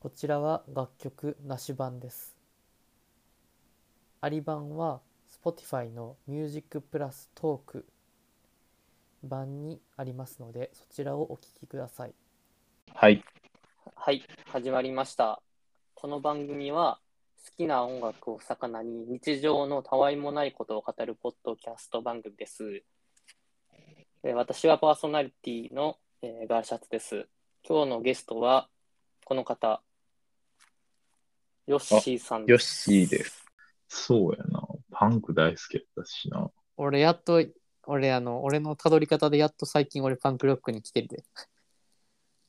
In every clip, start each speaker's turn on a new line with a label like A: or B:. A: こちらは楽曲なし版です。あり版は Spotify の Music プラストーク版にありますので、そちらをお聴きください。
B: はい。
C: はい、始まりました。この番組は好きな音楽を魚に日常のたわいもないことを語るポッドキャスト番組です。えー私はパーソナリティの、えーガーシャツです。今日のゲストはこの方、ヨッシーさん
B: ヨッシーです。そうやな。パンク大好きやったしな。
A: 俺やっと、俺あの、俺のたどり方でやっと最近俺パンクロックに来てるで。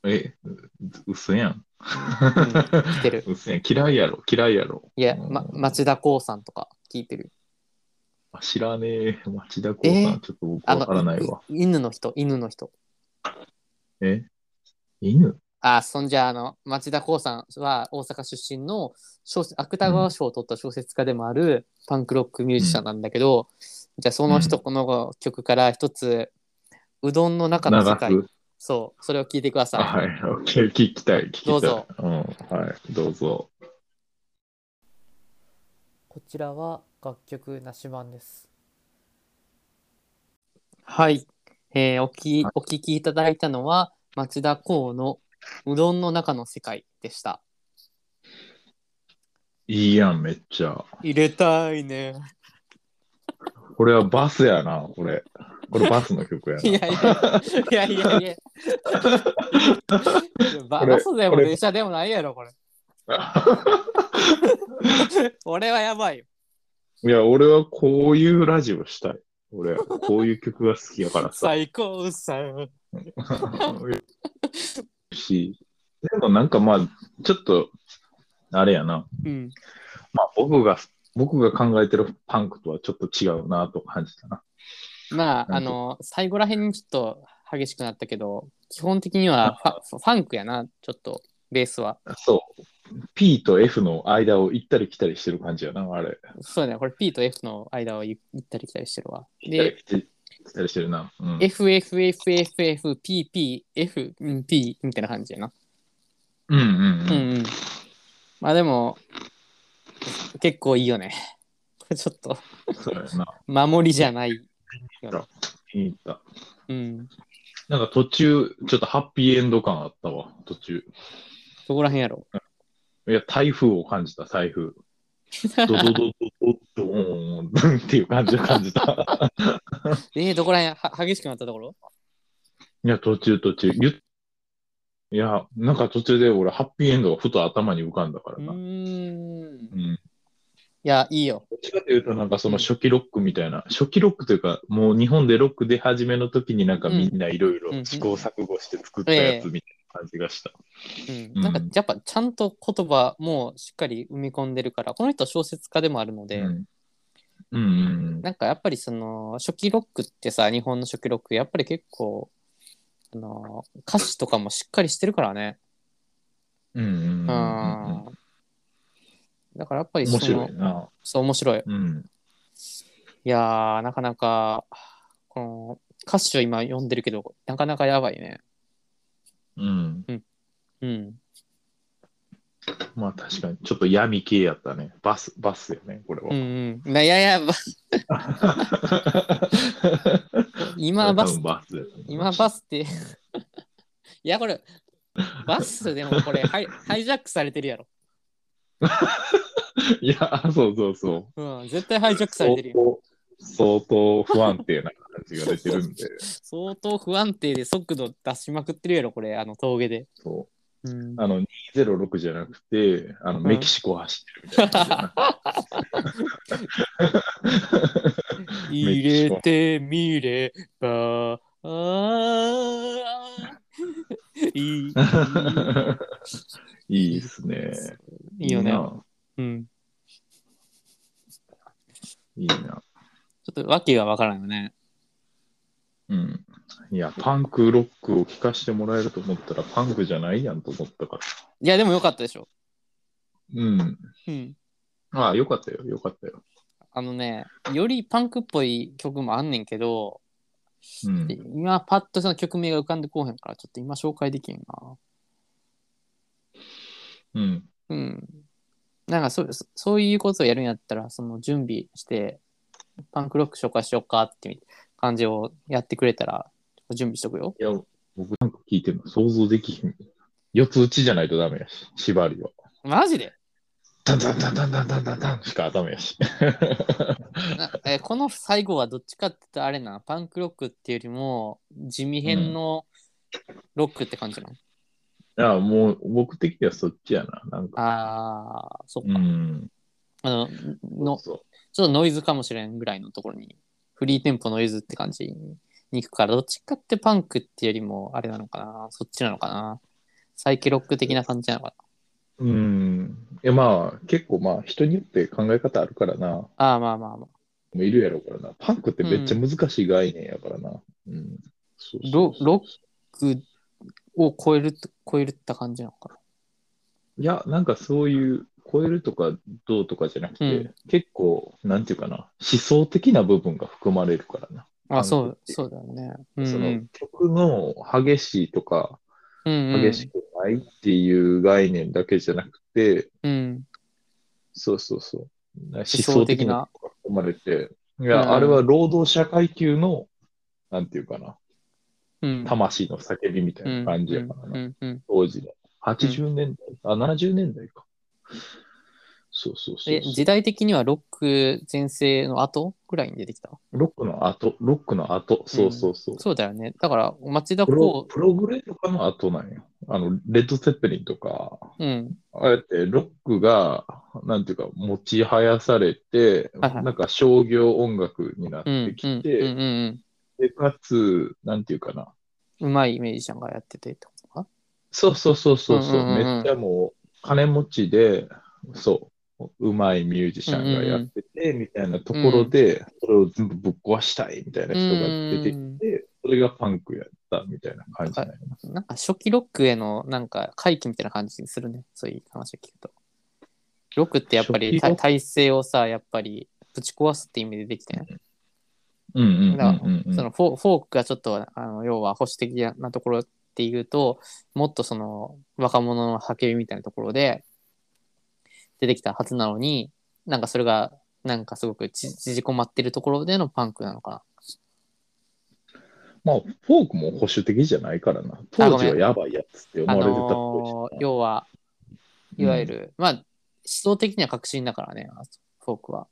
B: え、う嘘やん。
A: 来て る
B: 嘘やん。嫌いやろ、嫌いやろ。
A: いや、
B: うん
A: ま、町田光さんとか聞いてる。
B: あ知らねえ。町田光さん、
A: え
B: ちょっと僕
A: あ
B: わ
A: の
B: からないわ。
A: い犬の人、犬の人。
B: え犬
A: あ、そんじゃあの、町田光さんは大阪出身の小説芥川賞を取った小説家でもあるパンクロックミュージシャンなんだけど、じゃあその人、
B: うん
A: この曲から一つ、うどんの中の世界。
B: 流す
A: そう、それを聞いてくだ
B: あ、
A: さ
B: はい。オッケー聞きたい、聞きた
A: ど
B: い。
A: うぞ。
B: うん、はい、どうぞ。
A: こちらは楽曲なし版です。はい。えーおき
B: はい
A: お聞きいただいたのは、町田光のうどんの中の世界でした。
B: いいやん、めっちゃ。
A: 入れたいね。
B: これはバスやな、これ。これバスの曲や
A: いや
B: な。
A: いやいやいやい や。いやバ
B: これ
A: バスでも
B: これ
A: 電車でもないやろ、これ。 俺はやばいよ。
B: いや、俺はこういうラジオしたい。俺、こういう曲が好きやからさ。
A: 最高さ。
B: し、でもなんかまあ、ちょっと、あれやな。
A: うん。
B: まあ僕が、僕が考えてるパンクとはちょっと違うなと感じたな。
A: まあ、あの、最後らへんにちょっと激しくなったけど、基本的にはファファンクやな、ちょっと、ベースは。
B: そう。P と F の間を行ったり来たりしてる感じやな、あれ。
A: そうだね、これ P と F の間を行ったり来たりしてるわ。
B: 行ったり
A: で、
B: 来たり来たりしてるな。うん、
A: FFFFPPFP みたいな感じやな。
B: うんう
A: うん
B: ん
A: うん。まあでも、結構いいよね。 これちょっと、
B: うん。そうやな。
A: 守りじゃない。
B: 気に入った。
A: うん。
B: なんか途中、ちょっとハッピーエンド感あったわ、途中。
A: そこらへんやろ。
B: いや、台風を感じた、台風。ドドドドドドーンドンっていう感じを感じた。
A: えー、どこらへんは激しくなったところ
B: いや、途中途中。ゆっいや、なんか途中で俺、ハッピーエンドがふと頭に浮かんだから
A: う
B: な。
A: ーん。い
B: うん。
A: や、いいよ。
B: どっちかというと、なんかその初期ロックみたいな、初期ロックというか、もう日本でロック出始めの時になんかみんないろい
A: うん
B: ろ試行錯誤して作ったやつみたいな感じがした。
A: うん、
B: うん
A: なんかやっぱちゃんと言葉もしっかり生み込んでるからこの人は小説家でもあるので、
B: うん。うんうん
A: なんかやっぱりその初期ロックってさ日本の初期ロックやっぱり結構あの歌詞とかもしっかりしてるからね、
B: うん。うんうんうんうん
A: う
B: うんん
A: だからやっぱりその
B: 面白いな。
A: そう面白い
B: うん。
A: いやーなかなかこの歌詞を今読んでるけどなかなかやばいね
B: うん。
A: うん
B: まあ確かに、ちょっと闇系やったね。バス、バスよね、これ
A: う
B: は。
A: んうんないやいやば今バ
B: 多
A: ス
B: 分バスやね。
A: 今バスって。い や、これ、バスでもこれハイ、ハイジャックされてるやろ。
B: いや、そうそうそう。
A: うん、絶対ハイジャックされてるよ。
B: 相当相当不安定な感じが出てるん で、
A: 相当不安定で速度出しまくってるやろ、これ、あの峠で。
B: そ
A: うん
B: う。あの206じゃなくて、あのメキシコを走ってるみたいな感じだな。
A: 入れてみれば、あーい い。
B: いいですね。
A: いいよね。
B: な
A: うん。
B: いいな。
A: ちょっと訳がわからんよね。
B: うん。いや、パンクロックを聞かせてもらえると思ったら、パンクじゃないやんと思ったから。
A: いや、でもよかったでしょ。
B: うん。
A: うん。
B: ああ、よかったよ、よかったよ。
A: あのね、よりパンクっぽい曲もあんねんけど、
B: うん
A: で。今パッとその曲名が浮かんでこうへんからちょっと今紹介できへんな
B: うん。
A: うん。なんかそ、そういうことをやるんやったら、その準備して、パンクロック紹介しようかっていう感じをやってくれたら、準備しとくよ。
B: いや、僕なんか聞いてるの想像できひん。四つ打ちじゃないとダメやし、縛りは。
A: マジで
B: ダンダンダンダンダンダンダンダンしかダメやし。
A: なえこの最後はどっちかって言ったらあれな、パンクロックっていうよりも、地味編のロックって感じなの、
B: いや、もう僕的にはそっちやな。なんか。
A: ああ、そっ
B: う
A: か。
B: ん。
A: あの、の、ち
B: そう
A: ょっとノイズかもしれんぐらいのところに、フリーテンポノイズって感じに行くから、どっちかってパンクっていうよりも、あれなのかな、そっちなのかな。サイケロック的な感じなのかな。
B: うん。いや、まあ、結構まあ、人によって考え方あるからな。
A: ああ、まあまあまあ。
B: もういるやろうからな。パンクってめっちゃ難しい概念やからな。うん。そうそう
A: ロ
B: そう
A: ロックを超えると、超えるって感じなのか
B: いや、なんかそういう、超えるとかどうとかじゃなくて、
A: うん
B: 結構、なんていうかな、思想的な部分が含まれるからな。
A: な。あ、そ
B: パン
A: う
B: クっ、て
A: そうだよね。うん、う
B: その
A: ん。
B: 曲の激しいとか、
A: うんうん
B: 激しくないっていう概念だけじゃなくて、
A: うん。
B: そうそうそう。思
A: 想
B: 想
A: 的
B: 的
A: な
B: なのが含まれて、い
A: うん
B: や、あれは労働者階級の、なんていうかな、
A: うん。
B: 魂の叫びみたいな感じやから
A: う
B: な、
A: んうんうん
B: 当時の。80年代、あ、70年代か。そうそうそう
A: え、時代的にはロック全盛の後ぐらいに出てきた
B: ロックの後、ロックの後、そうそうそう。
A: そうだよね。だから、町田
B: プロ
A: こ
B: プログレとかの後なんよ。あの、レッド・セッペリンとか、
A: う、うん。
B: ああやってロックが、なんていうか、持ちはやされて、
A: はいはい
B: なんか商業音楽になっ
A: うん。うん
B: てきて、
A: うんうん
B: で、かつ、なんていうかな。
A: うん。うまいミュージシャンがやっててってことか。
B: そうそうそうそうそう、
A: うんうんうんうん
B: めっちゃもう、金持ちで、そう、うまいミュージシャンがやってて、みたいなところで、それを全部ぶっ壊したい、みたいな人が出てき
A: うん
B: て、それがパンクやった、みたいな感じになります。
A: なんか初期ロックへのなんか回帰みたいな感じにするね。そういう話を聞くと。ロックってやっぱり
B: 初期ロ
A: 体
B: ック
A: 体制をさ、やっぱりぶち壊すって意味でできてね。
B: うんうんう
A: だ
B: ん
A: から
B: うんうん
A: そのフォーフォークがちょっとあの要は保守的なところっていうともっとその若者の波形みたいなところで出てきたはずなのになんかそれがなんかすごくち縮こまってるところでのパンクなのか
B: まあ、フォークも保守的じゃないからな。当時はやばいやつって
A: な。あ
B: 思われてたっ
A: の
B: ぽ
A: ー
B: いしな。
A: 要はいわゆる、まあ思想的には革新だからねフォークは。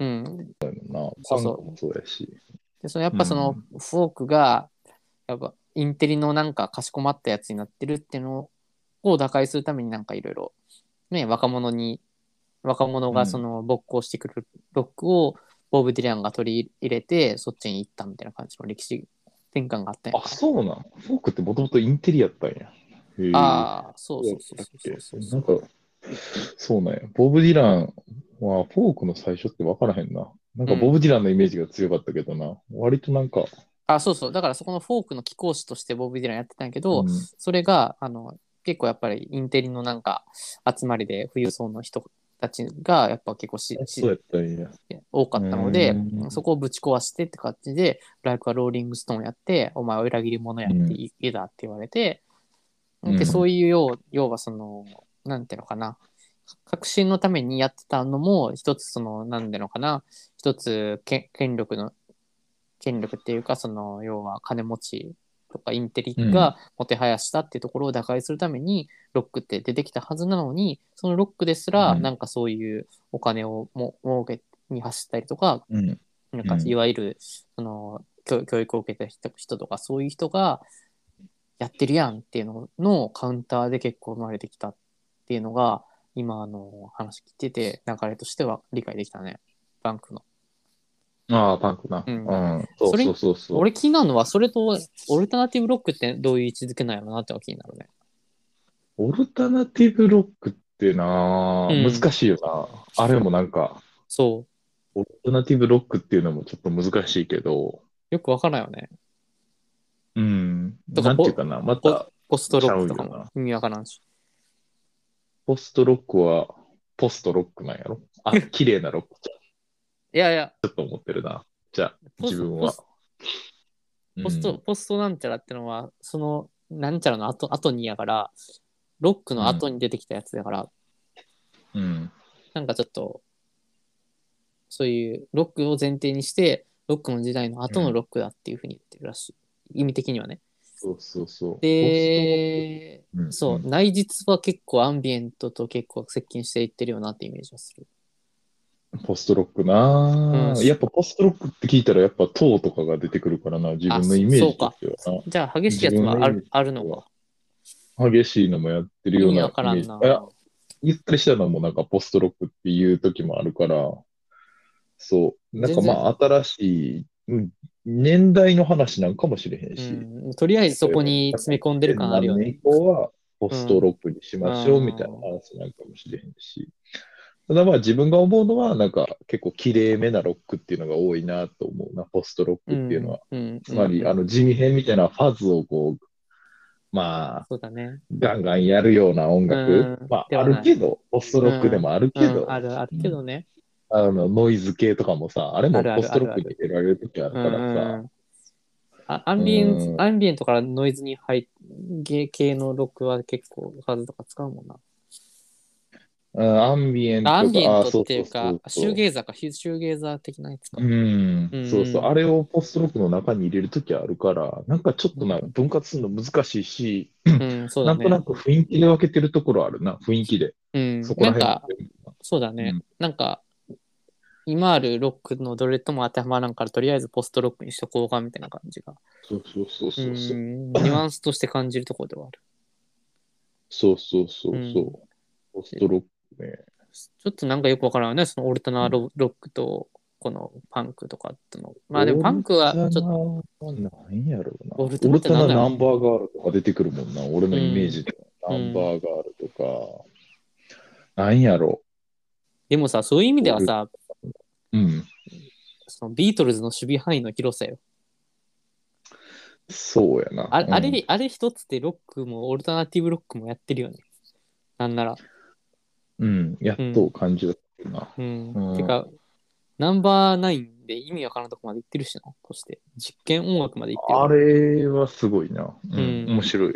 A: うん、
B: な
A: そ
B: パ
A: う
B: ンク
A: そう
B: もそうやし。
A: でそのやっぱそのフォークがやっぱインテリのなんかかしこまったやつになってるっていうのを打開するためになんかいろいろね若者に若者がその勃興してくるロックをボブ・ディランが取り入れてそっちに行ったみたいな感じの歴史転換があったんや
B: あ、そうなん。フォークってもともとインテリやったんや。へー
A: ああそう
B: そ
A: そううそう
B: だっ
A: そ
B: け
A: うそう
B: なんか、そうなんや。ボブ・ディランはフォークの最初って分からへんな。なんか
A: うん
B: ボブ・ディランのイメージが強かったけどな。割となんか、
A: あそうそうだからそこのフォークの貴公子としてボブ・ディランやってたんやけど、
B: うん
A: それがあの結構やっぱりインテリのなんか集まりで富裕層の人たちがやっぱ結構しし
B: そうやったんや。
A: 多かったので
B: うん
A: そこをぶち壊してって感じで「ライクはローリングストーンやってお前は裏切り者やって
B: うん
A: 言えだ」って言われて、
B: うん
A: でそういうよう要はそのなんていうのかな革新のためにやってたのも一つそのなんていうのかな一つ権権力の権力っていうかその要は金持ちとかインテリがもてはやしたっていうところを打開するためにロックって出てきたはずなのにそのロックですら
B: うん
A: なんかそういうお金をも儲けに走ったりとか
B: うん。
A: なんか
B: うん
A: いわゆるその教教育を受けた人人とかそういう人がやってるやんっていうののカウンターで結構生まれてきたっていうのが今あの話聞いてて流れとしては理解できたねバンクの。
B: ああ、パンクな。
A: う
B: うんん。そうそうそうそう。
A: 俺気になるのはそれとオルタナティブロックってどういう位置づけなんやろなってのが気になるね。
B: オルタナティブロックってな、
A: うん
B: 難しいよな。あれもなんか、
A: そう
B: オルタナティブロックっていうのもちょっと難しいけど、
A: よくわからんよね。
B: うん。
A: とか
B: なんていうかな、ま
A: ポ
B: た、
A: ポストロックとか
B: ちゃうよ
A: も
B: な
A: 意味わからんし。
B: ポストロックは、ポストロックなんやろ あ、綺麗なロックち
A: いやいや、
B: ょっと思ってるな。じゃあ、
A: ポス
B: 自分は
A: ポス。ポスト、ポストなんちゃらってのは、その、なんちゃらの後後にやから、ロックの後に出てきたやつだから、
B: うん。
A: なんかちょっと、そういうロックを前提にして、ロックの時代の後のロックだっていうふうに言ってるらしい。意味的にはね。
B: そうそうそう。
A: で、
B: ボストン、ん
A: そう、内実は結構アンビエントと結構接近していってるよなってイメージはする。
B: ポストロックな、
A: う
B: ぁ
A: ん
B: やっぱポストロックって聞いたらやっぱ塔とかが出てくるからな、自分のイメージとしては
A: じゃあ、激しいやつもあ
B: 自分のイメー
A: る
B: ジ
A: あるのか。
B: な。激しいのもやってる
A: 意
B: よう
A: 味
B: な
A: わから
B: イメ
A: ん
B: ージ。
A: な。
B: あ言ったりしたのもなんかポストロックっていう時もあるから、そう。なんか
A: 全然
B: まあ新しい、うん年代の話なんかもしれへん
A: う
B: し、
A: ん、とりあえずそこに詰め込んでる感あるよね。
B: 何年以降はポストロックにしましょう
A: うん
B: みたいな話なんかもしれへんし。ただまあ自分が思うのは、なんか結構きれいめなロックっていうのが多いなと思うな、ポストロックっていうのは。
A: うんうん
B: つまり、あの地味編みたいなファズをこう、まあ、
A: そうだね。
B: ガンガンやるような音楽、
A: うん
B: ま
A: で
B: あ、あ
A: はない
B: るけど、ポストロックでもあるけど、
A: うん、あるあるけどね。
B: あのノイズ系とかもさ、あれ
A: あ
B: も
A: るあ
B: ポ
A: る
B: ストロックで入れられるときあるからさ、
A: うんあアンビエン
B: う
A: ト、
B: ん
A: アンビエントからノイズに入っゲ系のロックは結構ファズとか使うもんな。
B: うんアンビエントとか、
A: アンビエン
B: あそ
A: トっていうか、シ
B: そそ
A: ュー
B: そ
A: ゲーザーか、シューゲーザー的なやつか。
B: うん
A: うん
B: そうそう、あれをポストロックの中に入れるときあるから、なんかちょっとな、分割するの難しいし、
A: うん、そうだ
B: なんとな
A: ね。
B: く雰囲気で分けてるところあるな、雰囲気で。
A: うん
B: そ、こ
A: な
B: ら
A: ん
B: 辺
A: か、そうだね。
B: うん
A: なんか、今あるロックのどれとも当てはまらんから、とりあえずポストロックにしとこうかみたいな感じが。
B: そうそうそうそううそう。
A: ん、ニュアンスとして感じるところではある。
B: そうそうそうそう。
A: うん
B: ポストロックね。
A: ちょっとなんかよくわからんよね、そのオルタナロロックと、このパンクとかっての。まあでもパンクはちょっと、
B: と。何やろうな。
A: オ
B: オ
A: ル
B: ル
A: タ
B: タ
A: ナってなん
B: ナ
A: だろう
B: ナンバーガールとか出てくるもんな、俺のイメージで。
A: う
B: ナ
A: ん
B: ンバーガールとか。何やろ
A: でもさ、そういう意味ではさ、
B: う。うん。
A: そのビートルズの守備範囲の広さよ。
B: そうやな。
A: あ,、あ
B: うん
A: れ、あれ一つでロックもオルタナティブロックもやってるよね。なんなら。
B: うん、やっと感じだったな。
A: うん。
B: うん
A: てか、ナンバーナインで意味わからんとこまで行ってるしな。そして、実験音楽まで行ってる。
B: あれはすごいな。うん、
A: うん
B: 面白い。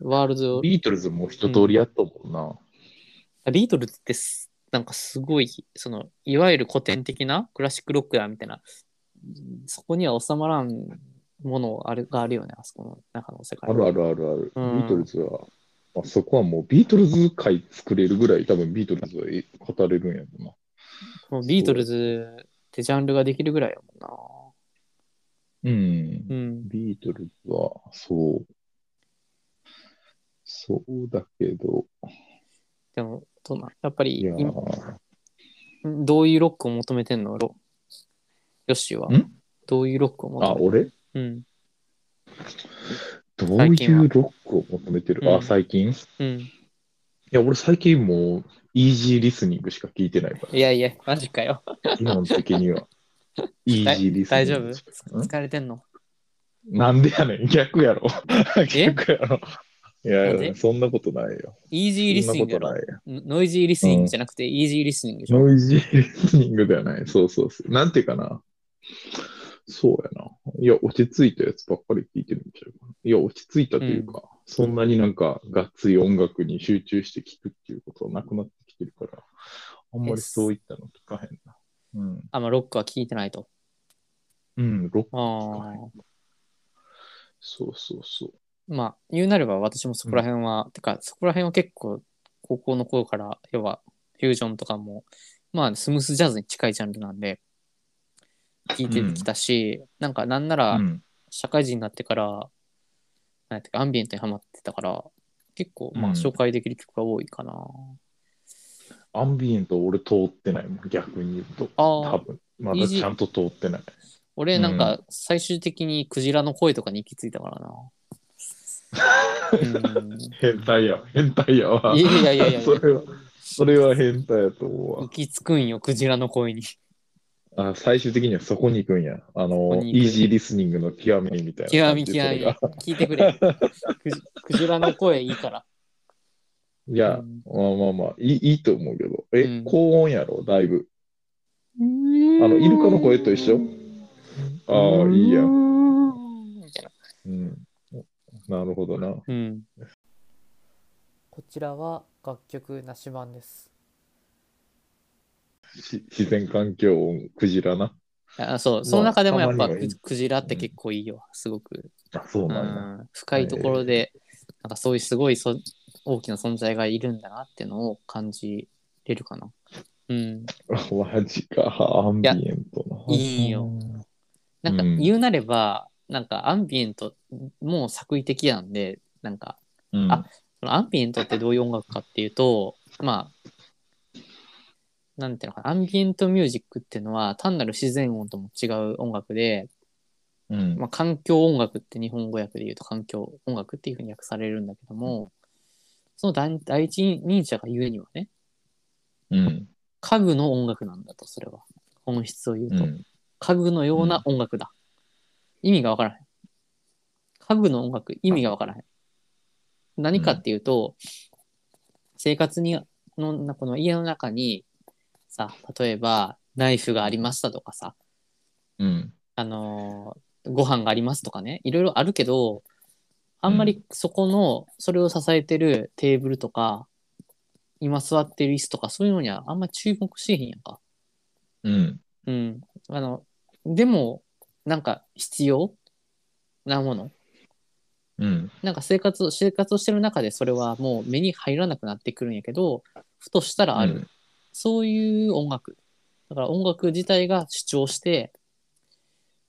A: ワールド、
B: ビートルズも一通りやったもんな。
A: ビートルズってすなんかすごい、その、いわゆる古典的なクラシックロックやみたいな、うんそこには収まらんものあれがあるよね、あそこの中の世界。
B: あるあるあるある。
A: うん
B: ビートルズは、まあ、そこはもうビートルズ界作れるぐらい、多分ビートルズはえ語れるんやろ
A: もうビートルズってジャンルができるぐらいやも
B: うな。うん
A: ん。な。うん。
B: ビートルズは、そう。そうだけど、
A: でも、どうなんやっぱ
B: い
A: り
B: やー、
A: 今どういうロックを求めてんのロヨッシーは
B: ん。
A: どういうロックを
B: あ、
A: 求めてう
B: 俺
A: ん。
B: どう
A: 最
B: い
A: 近は
B: うロックを求めてる、
A: うん
B: あ、最近い
A: うん。
B: や、俺最近もう、イージーリスニングしか聞いてないから。
A: いやいや、マジかよ。
B: 基本的には。イージーリスニン
A: 大
B: グ
A: 丈夫
B: ん
A: 疲れてんの
B: なんでやねん、逆やろ。
A: え
B: 逆やろ。い
A: なんで
B: や、そんなことないよ。
A: イージ
B: そ
A: ーリ
B: ん
A: ス
B: な
A: ニン
B: こ
A: グや
B: と
A: ろ
B: ないよ。
A: ノイジーリスニングじゃなくて、イージーリスニングでしょ。
B: ノイジーリスニングではない。そうそうそう。なんていうかな。そうやな。いや、落ち着いたやつばっかり聞いてるんちゃうかな。いや、落ち着いたというか、そんなになんか、がっつり音楽に集中して聞くっていうことはなくなってきてるから、あんまりそういったの聞かへんな。うん。
A: あ、まあ、ロックは聞いてないと。
B: うん、ロック
A: あ
B: 聞かへん。
A: ー
B: そうそうそう。
A: まあ、言うなれば私もそこら辺は、てか、そこら辺は結構、高校の頃から、要は、フュージョンとかも、まあ、スムースジャズに近いジャンルなんで、聞いてきたし、なんか、なんなら、
B: うん
A: 社会人になってから、なんていうか、アンビエントにハマってたから、結構、まあ、
B: うん
A: 紹介できる曲が多いかな。
B: アンビエント俺通ってないもん、逆に言うと。
A: あ
B: 多
A: あ、
B: 分まだちゃんと通ってない。
A: 俺、なんか、最終的にクジラの声とかに行き着いたから な。うん
B: 変態や、変態やわ。
A: いやいやいやいや
B: それは、それは変態やと思う
A: 行
B: わ。
A: き着くんよ、クジラの声に。
B: あ最終的にはそこに行くんや。あ
A: こ
B: の、
A: に行く
B: イージーリスニングの極みみたいな
A: 極
B: 感
A: み
B: じ
A: 極
B: で。
A: み。
B: そ
A: 聞いてくれ。クジクジラの声いいから。
B: れがいや、
A: うん
B: まあまあまあ、いいいいと思うけど。え、
A: うん
B: 高音やろ、だいぶ。
A: あ
B: あ
A: の
B: の、イルカの声と一緒ああ、いいや。うん。
A: みたいな。
B: なるほどな。
A: うん。
D: こちらは楽曲なし版です。
B: し自然環境音、クジラな。
A: あそう、その中でもやっ
B: ま
A: ぱ
B: あたまにはい
A: ク
B: い
A: クジラって結構いいよ、すごく。
B: あ、そう
A: う
B: なんだ。
A: ん、深いところで、なんかそういうすごいそ大きな存在がいるんだなっていうのを感じれるかな。うん。
B: マジか、アンビエントな。
A: いやいいよ。なんか
B: うん
A: 言うなれば、なんかアンビエントもう作為的なんで、なんか
B: うん、
A: あそのアンビエントってどういう音楽かっていうと、まあ、なんていうのかな、アンビエントミュージックっていうのは単なる自然音とも違う音楽で、
B: うん
A: まあ、環境音楽って日本語訳で言うと環境音楽っていうふうに訳されるんだけども、その第第一人者が言うにはね、
B: うん。
A: 家具の音楽なんだと、それは。本質を言う
B: う
A: と。
B: ん。
A: 家具のような音楽だ。意味がわからへん。家具の音楽、意味がわからへん。何かっていうと、生活にの、この家の中に、さ、例えば、ナイフがありましたとかさ、
B: うん。
A: あのーご飯がありますとかね、いろいろあるけど、あんまりそこの、それを支えてるテーブルとか、今座ってる椅子とか、そういうのにはあんま注目しへんやんか。
B: うん。
A: うん。あの、でも、なんか必要なもの。
B: うん。
A: なんか生活を、生活をしてる中でそれはもう目に入らなくなってくるんやけど、ふとしたらある。そういう音楽。だから音楽自体が主張して、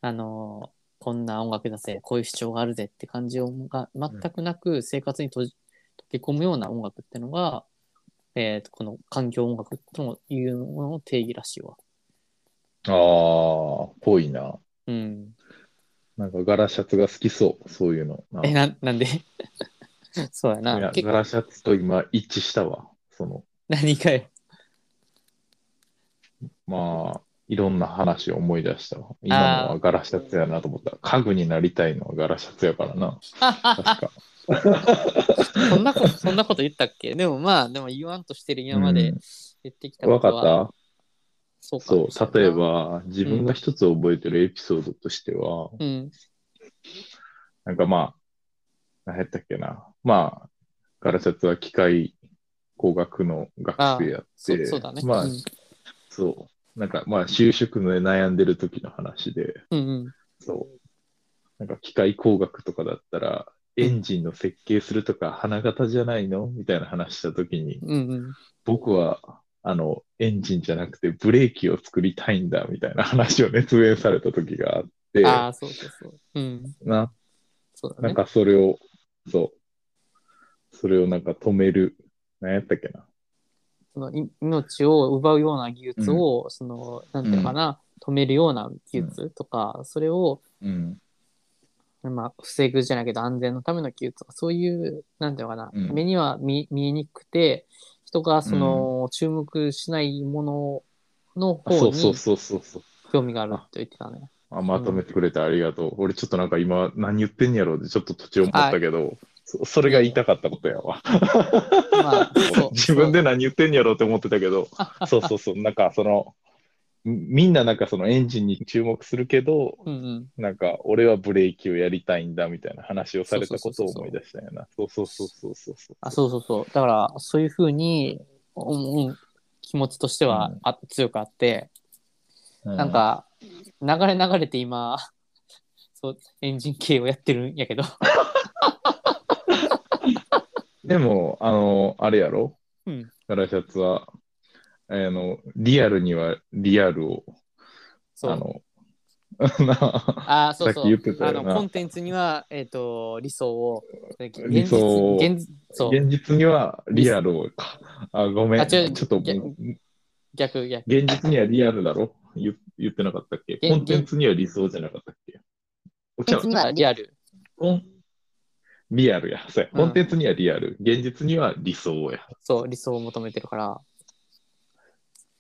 A: あのーこんな音楽だぜ、こういう主張があるぜって感じをが全くなく生活に閉じ溶け込むような音楽ってのが、えーとこの環境音楽というものの定義らしいわ。
B: ああ、ぽいな。
A: うん。
B: なんかガラシャツが好きそう、そういうの。
A: え、
B: い
A: な、なんで そうやな。
B: や
A: 結
B: ガ
A: 構
B: ラシャツと今一致したわ。その、
A: 何かよ。
B: まあ、いろんな話を思い出したわ。今のはガラシャツやなと思った。家具になりたいのはガラシャツやか らな。確か。
A: そんなこと、そんなこと言ったっけでもまあ、でも言わんとしてる今まで
B: うん
A: 言ってきたこ
B: わ
A: と
B: か
A: は、
B: った
A: そうか
B: そ
A: もしれ
B: う、
A: ん
B: 例え
A: な。
B: ば、自分が一つ覚えてるエピソードとしては、
A: うん。
B: なんかまあ、何やったっけな。まあ、ガラシャツは機械工学の学生やっ
A: そ
B: て、
A: そうだね。
B: まあ、
A: うん
B: そう。なんかまあ、就職の悩んでる時の話で、
A: うんうん。
B: そう。なんか機械工学とかだったら、エンジンの設計するとか花形じゃないのみたいな話した時に、
A: うんうん。
B: 僕は、あの、エンジンじゃなくてブレーキを作りたいんだ、みたいな話を熱弁された時があって、
A: ああ、そうそうそう。うん。
B: な、
A: そうだ
B: なん
A: ね。
B: かそれを、そう。それをなんか止める。何やったっけな。
A: そのい命を奪うような技術を、その、なんていうのかな、止めるような技術とか、それを、
B: うん。
A: まあ、防ぐじゃないけど安全のための技術とかそういうなんていうのかな、
B: うん
A: 目には見見えにくくて人がその、注目しないものの
B: あ
A: 方
B: そうそう
A: に
B: そうそうそう。
A: 興味があると言ってたね。
B: あまとめてくれてありがとう。俺ちょっとなんか今何言ってんやろうってちょっと途中思ったけど、そそれが言いたかったことやわ。
A: まあ、そう
B: 自分で何言ってんやろうって思ってたけ ど、そうそうそう、なんかその、みみんななんかそのエンジンに注目するけど、
A: そううん
B: なんか俺はブレーキをやりたいんだみたいな話をされたことを思い出したよな。そうそうそうそうそうそう。
A: あそうそうそうだからそういうふうに、うんうん、気持ちとしてはあ、強くあって
B: う
A: なん、か流れ流れて今 そうエンジン系をやってるんやけど、
B: でも、あの、あれやろ
A: うん、
B: ガラシャツは、あの、リアルにはリアルを、
A: そう
B: あの、 な
A: あーそうそ
B: さっ
A: う
B: き言ってた
A: あ
B: よな
A: のコンテンツには、えー、と理想を現実
B: 理想を
A: 現実そう
B: 現実にはリアルをか。あ、ごめ
A: あ
B: ん。ち
A: 違
B: ょ
A: う
B: っとも
A: げ
B: う、
A: 逆逆
B: 現実にはリアルだろ言言ってなかったっけ
A: げ
B: コンテンツには理想じゃなかったっけお
A: 現
B: ちゃ
A: 実にはリアル
B: コンリアルや。そうや。
A: うん
B: コンテンツにはリアル。現実には理想や。
A: そう理想を求めてるから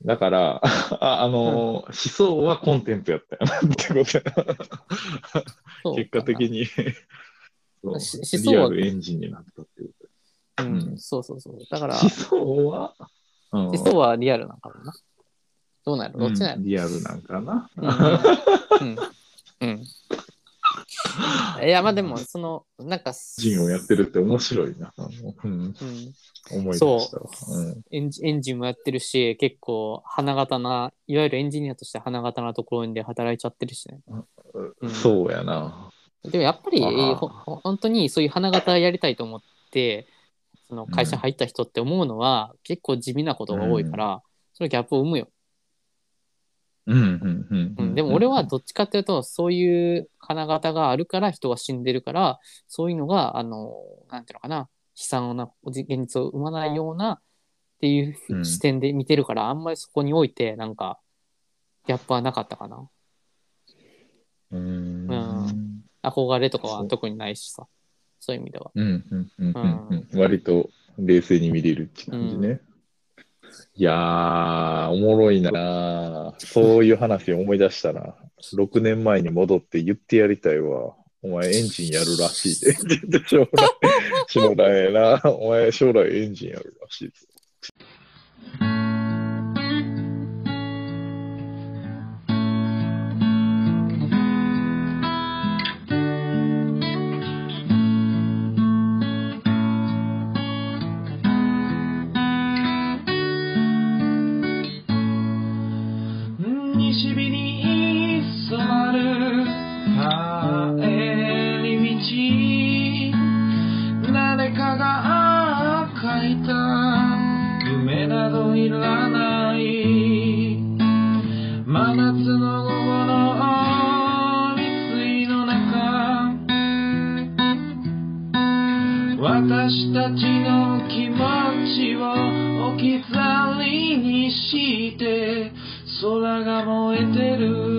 B: だから、 あ、あのー思想はコンテンツやったよな。ってことや
A: そう
B: な。結果的にそう
A: 思想
B: リア
A: は
B: ルエンジンになったっていうこ
A: う
B: うん
A: ん、そうそうそうだか
B: と。
A: ら
B: 思想は、うん
A: 理想はリアルなんかもなどうなるどっちなんや
B: うんリアルなんかな。
A: ろうんうんうんいや、まあでも、その、なんか、
B: ジンをやってるって面白いな。うん、
A: うん、
B: 思い出したわ。うん
A: エンジエンジンもやってるし、結構、花形な、いわゆるエンジニアとして花形なところで働いちゃってるしね。うん
B: そうやな。
A: でもやっぱり、
B: あー
A: ほほ本当にそういう花形やりたいと思って、その会社入った人って思うのは、結構地味なことが多いから、そのギャップを生むよ。
B: うんうん
A: うん、でも俺はどっちかっていうとそういう金型があるから人が死んでるからそういうのがあのなんていうのかな悲惨な現実を生まないようなっていう
B: うん
A: 視点で見てるから、あんまりそこにおいてなんかギャップはなかったかな
B: うん
A: うん憧れとか
B: そ
A: は
B: う
A: 特にないしさそういう意味では
B: うんうんうんうんうん割と冷静に見れるって感じね。いやー、おもろいなそういう話思い出したな。6年前に戻って言ってやりたいわ。お前エンジンやるらしいで。 将来、将来な。お前将来エンジンやるらしいです。
E: 西日に染まる帰り道誰かが書いた夢などいらない真夏の午後の水の中私たちの気持ちを置き去りにして空が燃えてる